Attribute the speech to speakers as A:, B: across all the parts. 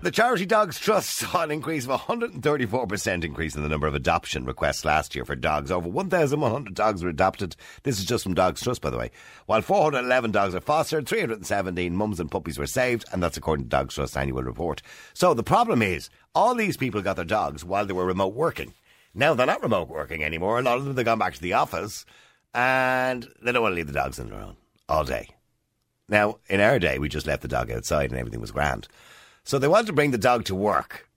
A: The Charity Dogs Trust saw an increase of 134% increase in the number of adoption requests last year for dogs. Over 1,100 dogs were adopted. This is just from Dogs Trust, by the way. While 411 dogs are fostered, 317 mums and puppies were saved, and that's according to Dogs Trust annual report. So the problem is, all these people got their dogs while they were remote working. Now they're not remote working anymore. A lot of them have gone back to the office, and they don't want to leave the dogs on their own all day. Now, in our day, we just left the dog outside and everything was grand. So they wanted to bring the dog to work.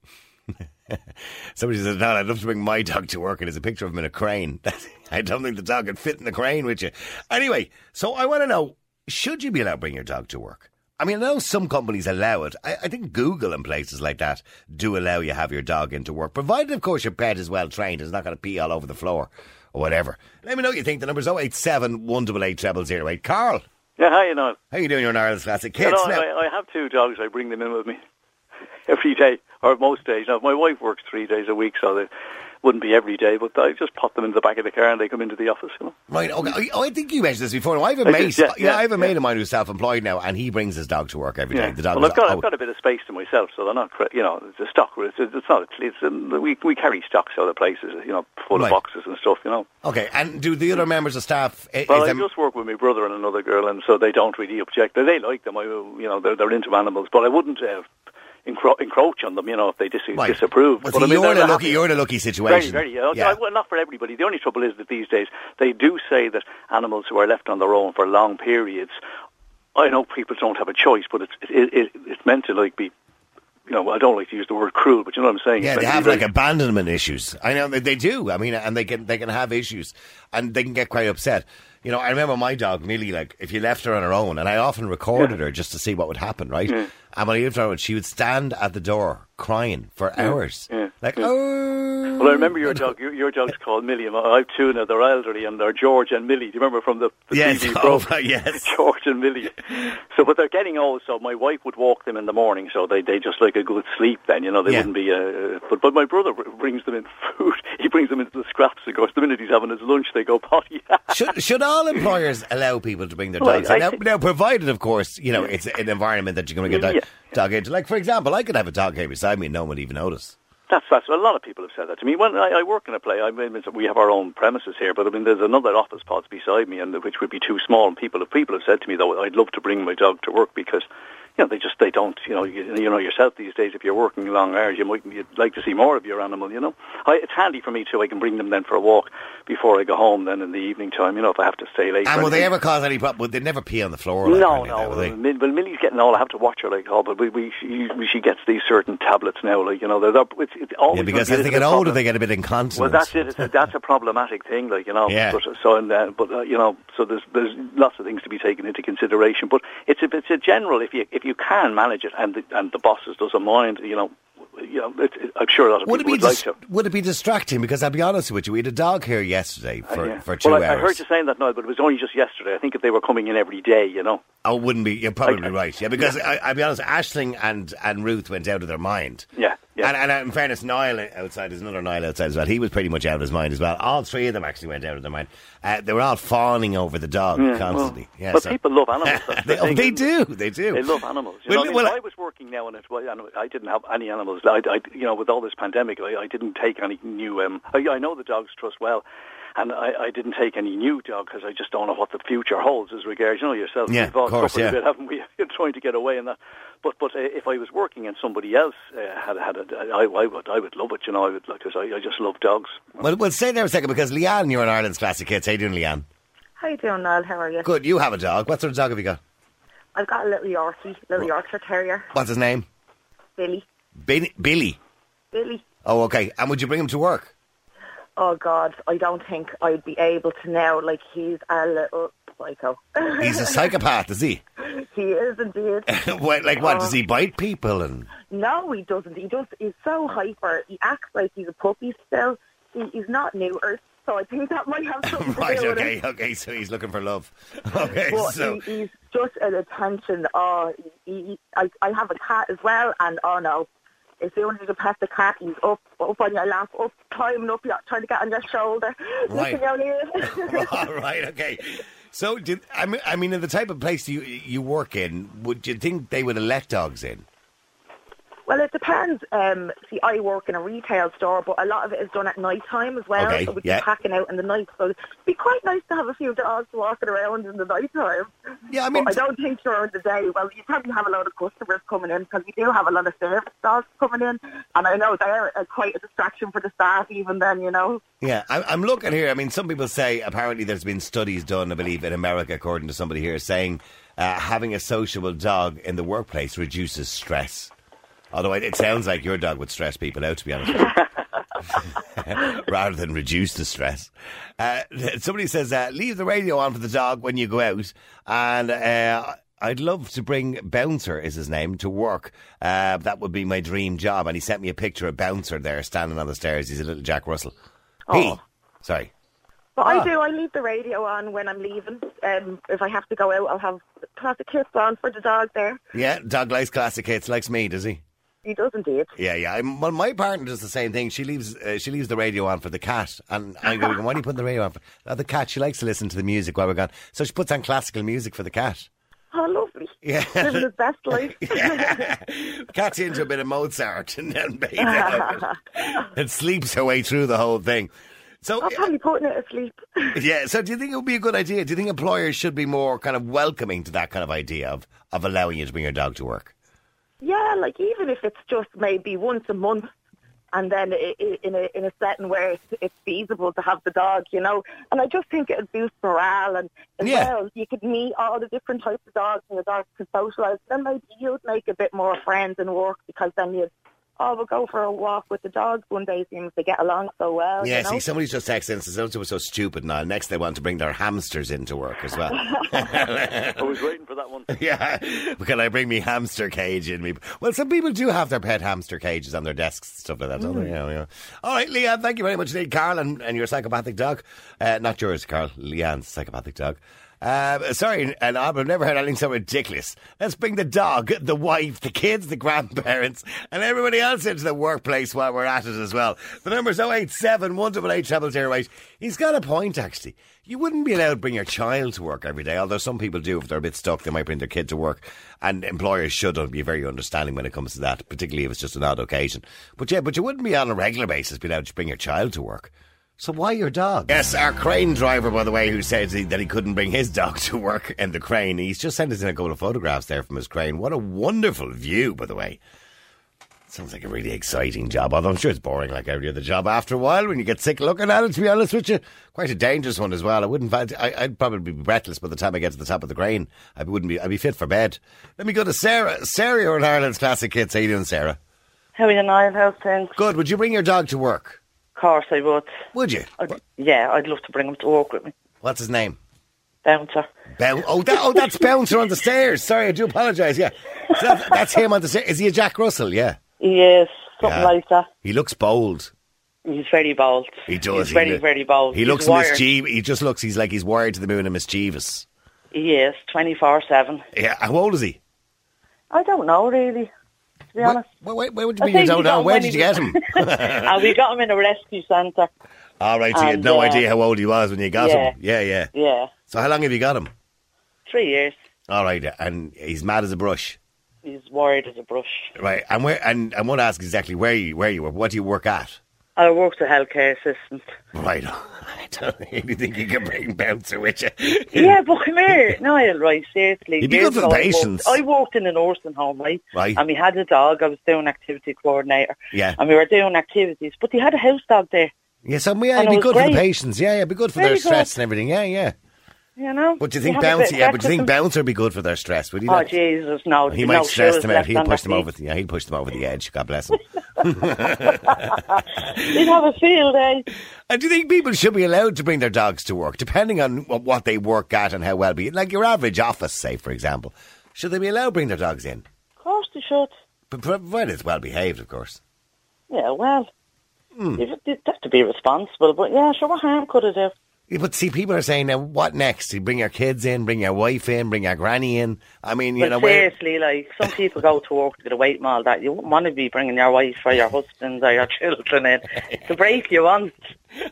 A: Somebody said, No, I'd love to bring my dog to work. And there's a picture of him in a crane. I don't think the dog could fit in the crane with you. Anyway, so I want to know should you be allowed to bring your dog to work? I mean, I know some companies allow it. I, I think Google and places like that do allow you have your dog into work, provided, of course, your pet is well trained and is not going to pee all over the floor or whatever. Let me know what you think. The number's 087 188 0008. Carl,
B: Yeah, hi, you know.
A: how you doing? You're an Ireland's classic
B: You
A: kids.
B: know
A: now,
B: I, I have two dogs. I bring them in with me every day, or most days. Now, my wife works three days a week, so they wouldn't be every day, but I just pop them into the back of the car and they come into the office, you know.
A: Right. Okay. Oh, I think you mentioned this before. I have a
B: I
A: mate.
B: did, yeah,
A: yeah, I
B: yeah,
A: have a mate
B: yeah.
A: of mine who's self-employed now, and he brings his dog to work every day. The dog.
B: well,
A: is "Oh,
B: I've got,
A: out.
B: I've got a bit of space to myself, so they're not, cra- you know, the stock, it's, it's not, it's, um, we, we carry stocks other places, you know, full
A: Right.
B: of boxes and stuff, you know.
A: okay. And do the other members of staff? i- Is
B: Well, I
A: them-
B: just work with my brother and another girl, and so they don't really object. They, they like them. I, you know, they're, they're into animals, but I wouldn't uh, encro- encroach on them, you know, if they dis-
A: right.
B: disapprove.
A: Well,
B: but
A: see,
B: I mean,
A: you're, in
B: they're
A: a lucky,
B: happy.
A: you're in a lucky situation.
B: Very, very. Yeah.
A: Yeah.
B: Well, not for everybody. The only trouble is that these days they do say that animals who are left on their own for long periods. I know people don't have a choice, but it's it, it, it's meant to like be. You know, I don't like to use the word cruel, but you know what I'm saying.
A: Yeah,
B: It's
A: they
B: meant to
A: have
B: be
A: like
B: very-
A: abandonment issues. I know they, they do. I mean, and they can they can have issues, and they can get quite upset. You know, I remember my dog Millie. Like, if you left her on her own, and I often recorded her just to see what would happen, right? And when I left her on her own, she would stand at the door crying for hours,
B: yeah,
A: like,
B: yeah.
A: oh.
B: Well, I remember your dog. Your, your dog's called Millie. and I have two now. They're elderly, and they're George and Millie. Do you remember from the, the
A: Yes,
B: TV
A: oh,
B: program?
A: yes.
B: George and Millie. So, but they're getting old. So my wife would walk them in the morning. So they they just like a good sleep. Then you know they
A: Yeah.
B: wouldn't be. Uh, but but my brother br- brings them in food. He brings them into the scraps. Of course, the minute he's having his lunch, they go potty.
A: should should all employers allow people to bring their
B: Well,
A: dogs?
B: I
A: now,
B: think-
A: now, provided, of course, you know it's an environment that you're going to get a
B: Yeah.
A: dog into. Like, for example, I could have a dog here beside me, and no one would even notice.
B: That's that's a lot of people have said that to me. When I, I work in a play, I mean, it's- we have our own premises here, but I mean, there's another office pods beside me, and which would be too small. And people, people have said to me though, I'd love to bring my dog to work because, you know, they just they don't, you know, you, you know yourself these days. If you're working long hours, you might you'd like to see more of your animal. You know, I, it's handy for me too. I can bring them then for a walk before I go home. Then in the evening time, you know, if I have to stay late.
A: And
B: or
A: will they
B: anything.
A: ever cause any problem? Would they never pee on the floor? Like, eh?
B: No,
A: or anything like that,
B: no.
A: would they?
B: Well, Mill- well, Millie's getting all. I have to watch her like all, but we, we she, she gets these certain tablets now. Like you know, they're, they're, it's, it's always
A: Yeah, because
B: gonna
A: as
B: be
A: they
B: a little
A: get older,
B: problem.
A: they get a bit incontinent.
B: Well, that's it. It's a, that's a problematic thing, like you know.
A: Yeah.
B: But, so and uh, but uh, you know, so there's there's lots of things to be taken into consideration. But it's a it's a general. If you if you can manage it, and the, and the bosses doesn't mind, you know, you know, it, it, I'm sure a lot of
A: Would it
B: people
A: be
B: would like
A: dis-
B: to.
A: would it be distracting? Because I'll be honest with you, we had a dog here yesterday for,
B: Uh, Yeah.
A: for two
B: well, I,
A: hours.
B: I heard you saying that now, but it was only just yesterday. I think if they were coming in every day, you know.
A: Oh, wouldn't be. You're probably
B: I-
A: right. Yeah, because I, I'll be honest, Ashling and, and Ruth went out of their mind.
B: Yeah, yeah.
A: And, and in fairness, Niall outside, there's another Niall outside as well. He was pretty much out of his mind as well. All three of them actually went out of their mind. Uh, they were all fawning over the dog constantly.
B: Well,
A: yeah,
B: but
A: so-
B: people love animals. that's the
A: they, oh,
B: thing.
A: they do. They do.
B: They love animals. You
A: Well,
B: know, I mean,
A: well,
B: if I was working now, and it, well, and I didn't have any animals. I, I, you know, with all this pandemic, I, I didn't take any new. Um, I, I know the dogs trust well, and I, I didn't take any new dog because I just don't know what the future holds as regards. You know yourself.
A: Yeah,
B: we've all
A: of course,
B: suffered
A: yeah.
B: a bit, haven't we? You're trying to get away and that. But but uh, if I was working and somebody else uh, had had a, I, I would I would love it. You know, I would because I, I just love dogs.
A: well, well, stay there a second because Leanne, you're an Ireland's classic kids. How you doing, Leanne?
C: How you doing, Niall? How are you?
A: Good. You have a dog. What sort of dog have you got?
C: I've got a little Yorkie, little Yorkshire Terrier,
A: What's his name?
C: Billy.
A: Bin- Billy.
C: Billy.
A: Oh, okay. And would you bring him to work?
C: Oh God, I don't think I'd be able to now. Like he's a little psycho.
A: He's a psychopath, is he? Oh.
C: he is indeed.
A: what, like what? Does he bite people? And
C: no, he doesn't. He just is so hyper. He acts like he's a puppy still. He, he's not neutered, so I think that might have something
A: right,
C: to do with it.
A: okay, okay. So he's looking for love. Okay,
C: But
A: so
C: he, he's just an attention. Oh, he, he, I, I have a cat as well, and oh no, As soon as you pass the cat, he's up, up on your lap, up, climbing up, your- trying to get on your shoulder,
A: Right.
C: licking your ear.
A: All right, okay. So, did, I mean, I mean, in the type of place you you work in, would you think they would have let dogs in?
C: Well, it depends. Um, see, I work in a retail store, but a lot of it is done at night time as well.
A: Okay,
C: so we
A: yeah.
C: are packing out in the night. So it'd be quite nice to have a few dogs walking around in the night time.
A: Yeah, I mean,
C: but I don't think during the day. Well, you probably have a lot of customers coming in because we do have a lot of service dogs coming in, and I know they're uh, quite a distraction for the staff. Even then, you know.
A: Yeah, I'm, I'm looking here. I mean, some people say apparently there's been studies done, I believe, in America, according to somebody here, saying uh, having a sociable dog in the workplace reduces stress. Although it, it sounds like your dog would stress people out, to be honest, rather than reduce the stress. Uh, somebody says, uh, leave the radio on for the dog when you go out. And uh, I'd love to bring Bouncer, is his name, to work. Uh, that would be my dream job. And he sent me a picture of Bouncer there standing on the stairs. He's a little Jack Russell. He.
C: Oh.
A: Sorry.
C: But
A: Ah.
C: I do. I leave the radio on when I'm leaving. Um, if I have to go out, I'll have classic hits on for the dog. There,
A: Yeah, dog likes classic hits, likes me, does he?
C: he does indeed.
A: Yeah, yeah. I'm, well, my partner does the same thing. She leaves uh, she leaves the radio on for the cat, and I'm going, why do you put the radio on for oh, the cat? She likes to listen to the music while we're gone, so she puts on classical music for the cat.
C: Oh, lovely.
A: Yeah.
C: Living his best life.
A: Cat's into a bit of Mozart and then pays out. and sleeps her way through the whole thing. So
C: I'm probably putting it asleep.
A: yeah, so do you think it would be a good idea? Do you think employers should be more kind of welcoming to that kind of idea of of allowing you to bring your dog to work?
C: yeah, like even if it's just maybe once a month, and then i- i- in a in a setting where it's, it's feasible to have the dog, you know. And I just think it'd boost morale, and as
A: Yeah.
C: well you could meet all the different types of dogs, and the dogs could socialise. Then maybe you'd make a bit more friends in work because then you'd. Oh, we'll go for a walk with the dogs one day. Seems they get along so well.
A: Yeah,
C: Oh, you know?
A: see, somebody's just texted and says, "Oh, it was so stupid." Now, next they want to bring their hamsters into work as well.
B: I was waiting for that one.
A: yeah, can I bring me hamster cage in me? Well, some people do have their pet hamster cages on their desks, and stuff like that. Don't they? Yeah, yeah. All right, Leanne, thank you very much indeed, Carl, and, and your psychopathic dog. Uh, not yours, Carl. Leanne's psychopathic dog. Uh, sorry, and I've never heard anything so ridiculous. Let's bring the dog, the wife, the kids, the grandparents, and everybody else into the workplace while we're at it as well. The number's 087 188 He's got a point, actually. You wouldn't be allowed to bring your child to work every day, although some people do. If they're a bit stuck, they might bring their kid to work. And employers should uh, be very understanding when it comes to that, particularly if it's just an odd occasion. But yeah, but you wouldn't be on a regular basis being allowed to bring your child to work. So why your dog? Yes, our crane driver, by the way, who says he, that he couldn't bring his dog to work in the crane. He's just sent us in a couple of photographs there from his crane. What a wonderful view, by the way. Sounds like a really exciting job, although I'm sure it's boring like every other job after a while when you get sick looking at it, to be honest with you. Quite a dangerous one as well. I wouldn't find, I, I'd probably be breathless by the time I get to the top of the crane. I wouldn't be, I'd be fit for bed. Let me go to Sarah. Sarah, you're in Ireland's Classic Kids. How you doing, Sarah?
D: How are you, Niall? How's things?
A: Good. Would you bring your dog to work?
D: Of course I would.
A: Would you?
D: I'd, yeah, I'd love to bring him to work with me.
A: What's his name?
D: Bouncer.
A: Boun- oh, that, oh, that's Bouncer on the stairs. Sorry, I do apologise. Yeah. So that- that's him on the stairs. Is he a Jack Russell? Yeah.
D: He is. Something
A: Yeah.
D: like that.
A: He looks bold.
D: He's very bold.
A: He does.
D: He's very,
A: lo-
D: very bold.
A: He
D: He's
A: looks
D: wired.
A: mischievous. He just looks, he's like he's wired to the moon and mischievous.
D: He is, 24-7.
A: Yeah. How old is he?
D: I don't know, really, to be honest.
A: Wait, wait, wait, what do
D: I
A: you mean you
D: think he
A: don't know?
D: got
A: Where
D: when
A: did you
D: he
A: get
D: was-
A: him?
D: and we got him in a rescue centre.
A: All right, so you had
D: And,
A: no
D: uh,
A: idea how old he was when you got
D: yeah.
A: him. Yeah, yeah.
D: Yeah,
A: So how long have you got him?
D: three years.
A: All right, and he's mad as a brush.
D: He's wired as a brush.
A: Right, and where? And I won't ask exactly where you where you work. What do you work at?
D: I worked a healthcare assistant.
A: Right, I don't really think you can bring bouncer with you.
D: Yeah, but come here, Niall, right, seriously.
A: You'd be
D: years
A: good
D: ago,
A: for the
D: I worked-
A: patients.
D: I worked in an nursing home, right?
A: Right.
D: And we had a dog. I was doing activity coordinator.
A: Yeah.
D: And we were doing activities. But they had a house dog there,
A: Yeah, so yeah, it'd
D: And it
A: be
D: was
A: good for the
D: great.
A: patients. Yeah, yeah, it'd be good for
D: Very
A: their
D: good.
A: stress and everything. Yeah, yeah.
D: you know?
A: But do you
D: They had a
A: think
D: bit
A: bouncer?
D: of
A: Yeah, but do you think
D: breakfast
A: bouncer would be good for their stress? Would he?
D: and- Oh,
A: not?
D: Jesus, no.
A: he
D: no,
A: might stress
D: sure,
A: them out.
D: left
A: He'd
D: on
A: push
D: their
A: them over.
D: feet.
A: The, yeah, he'd push them over the edge. God bless him.
D: They'd have a field day.
A: And do you think people should be allowed to bring their dogs to work, depending on what, what they work at and how well be? Like your average office, say for example, should they be allowed to bring their dogs in?
D: Of course they should.
A: But provided it's well behaved, of course. Hmm.
D: Yeah, well, you'd you'd have to be responsible. But yeah, sure, what harm could it do?
A: Yeah, But see, people are saying now, what next? You bring your kids in, bring your wife in, bring your granny in. I mean, you
D: But
A: know, where,
D: seriously, like some people go to work to get away from all that. You wouldn't want to be bringing your wife or your husband or your children in. It's a break you want.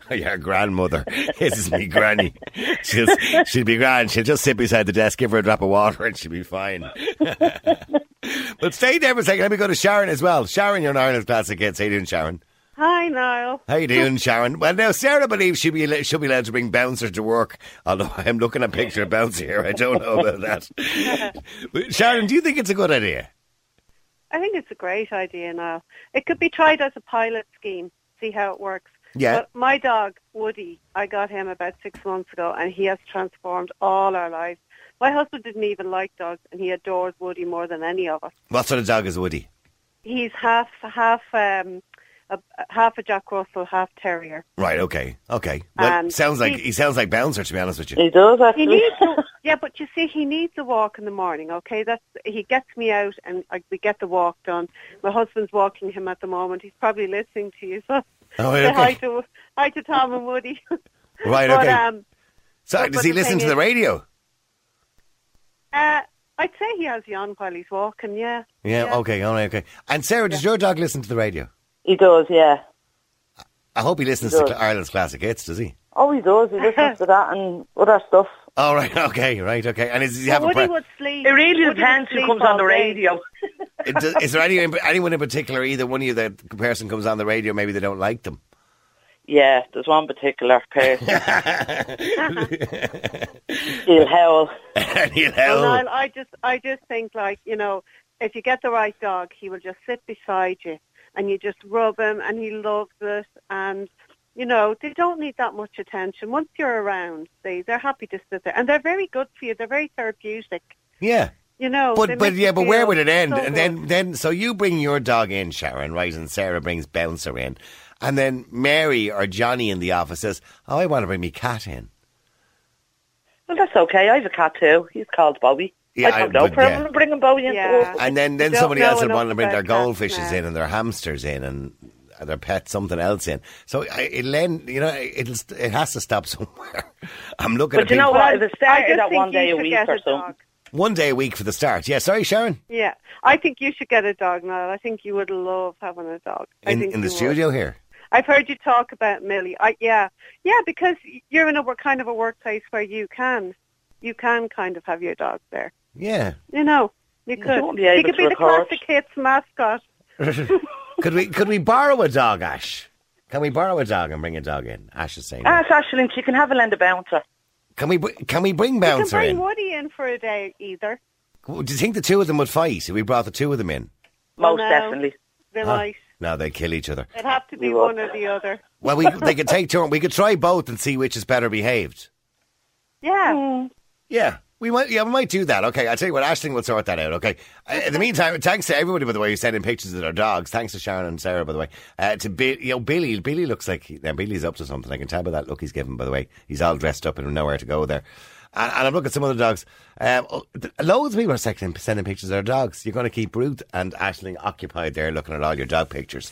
A: Oh, your grandmother. This is me granny. She'll, she'll be grand. She'll just sit beside the desk, give her a drop of water, and she'll be fine. but stay there for a second. Let me go to Sharon as well. Sharon, you're an Ireland classic kids. How you doing, Sharon?
C: Hi, Niall.
A: How you doing, Sharon? Well, now Sarah believes she'll be she'll be allowed to bring bouncer to work. Although I'm looking at picture of bouncer here, I don't know about that. But Sharon, do you think it's a good idea?
E: I think it's a great idea now. It could be tried as a pilot scheme, see how it works.
A: Yeah.
E: But my dog, Woody, I got him about six months ago and he has transformed all our lives. My husband didn't even like dogs and he adores Woody more than any of us.
A: What sort of dog is Woody?
E: He's half half um a, half a Jack Russell, half terrier.
A: Right. Okay. Okay. Well,
E: Um,
A: sounds like
E: he-
A: he sounds like bouncer. To be honest with you.
D: He does
E: He
D: actually.
E: needs a, yeah, but you see, he needs a walk in the morning. Okay, that's he gets me out and I, we get the walk done. My husband's walking him at the moment. He's probably listening to you. So
A: Oh,
E: say hi
A: okay.
E: to hi to Tom and Woody.
A: Right.
E: but
A: Okay.
E: um,
A: Sorry.
E: but-
A: Does
E: but
A: he
E: the
A: listen
E: thing
A: to the
E: is-
A: radio?
E: uh, I'd say he has you on while he's walking. Yeah.
A: Yeah. Okay. All right. Okay. And Sarah, does your dog listen to the radio?
D: He does, yeah.
A: I hope he listens
D: He
A: to
D: does.
A: Ireland's classic hits. Does he?
D: Oh, he does. He listens to that and other stuff.
A: All right. Okay. Right. Okay. And is, does he have a
E: Woody
A: pre-
E: would sleep.
D: It really
E: Woody
D: depends
E: would
D: who
E: sleep
D: comes on
E: all
D: the
E: day.
D: radio.
A: It does- is there any, anyone in particular, either one of you, that person comes on the radio, maybe they don't like them?
D: Yeah, there's one particular person. He'll howl.
A: Any
E: Well,
A: hell?
E: Niall, I just, I just think like you know, if you get the right dog, he will just sit beside you, and you just rub him, and he loves it, and you know they don't need that much attention. Once you're around, they they're happy to sit there, and they're very good for you. They're very therapeutic.
A: yeah.
E: You know, they
A: But but
E: make
A: yeah,
E: you
A: but where
E: feel
A: would it end?
E: so
A: and
E: good.
A: then then so you bring your dog in, Sharon, right? And Sarah brings Bouncer in, and then Mary or Johnny in the office says, "Oh, I want to bring me cat in."
D: Well, that's okay. I have a cat too. He's called Bobby.
A: Yeah,
D: I don't
A: I-
D: know.
A: but,
D: But,
A: yeah.
D: I'm bringing Bobby in.
E: Yeah.
A: And then, then
E: don't
A: somebody
E: know
A: else would
E: enough
A: want to bring their
E: about cats
A: goldfishes
E: now.
A: in and their hamsters in and their pets, something else in. So I- it'll end, you know, it'll, st- it has to stop somewhere. I'm looking
D: But
A: at
D: you know
A: people-
D: what? If it
E: I
D: started
E: just
D: at
E: think
D: one
E: you
D: day a
E: should
D: week
E: get
D: or
E: a
D: something.
E: dog.
A: One day a week for the start. Yeah, sorry, Sharon,
E: Yeah, I think you should get a dog, Niall. I think you would love having a dog. I
A: in,
E: think
A: in the
E: you would.
A: studio here.
E: I've heard you talk about Millie. I, yeah, yeah, because you're in a wor- kind of a workplace where you can, you can kind of have your dog there.
A: Yeah.
E: You know, you could.
D: won't be able
E: he could
D: to
E: be
D: record.
E: the classic hits mascot.
A: Could we could we borrow a dog, Ash? Can we borrow a dog and bring a dog in? Ash is saying. no.
D: Ah, Ashling, you can have a lend a bouncer.
A: Can we br- can we bring
E: You can
A: Bouncer
E: bring
A: in?
E: Woody in for a day either.
A: Do you think the two of them would fight if we brought the two of them in?
E: Well,
D: Most
E: Oh, no.
D: definitely.
E: They
A: Huh?
E: might.
A: No, they kill each other.
E: It'd have to be
D: You will.
E: one or the other.
A: Well, we they could take turn. We could try both and see which is better behaved.
E: Yeah.
A: Yeah. We might, yeah, we might do that. Okay, I'll tell you what, Ashling will sort that out. Okay. Uh, in the meantime, thanks to everybody, by the way, who sent in pictures of their dogs. Thanks to Sharon and Sarah, by the way. Uh, to Bill, you know, Billy, Billy looks like he- now Billy's up to something. I can tell by that look he's given. By the way, he's all dressed up and nowhere to go there. And, and I'm looking at some other dogs. Um, oh, th- loads of people are sending, sending pictures of their dogs. You're going to keep Ruth and Ashling occupied there, looking at all your dog pictures.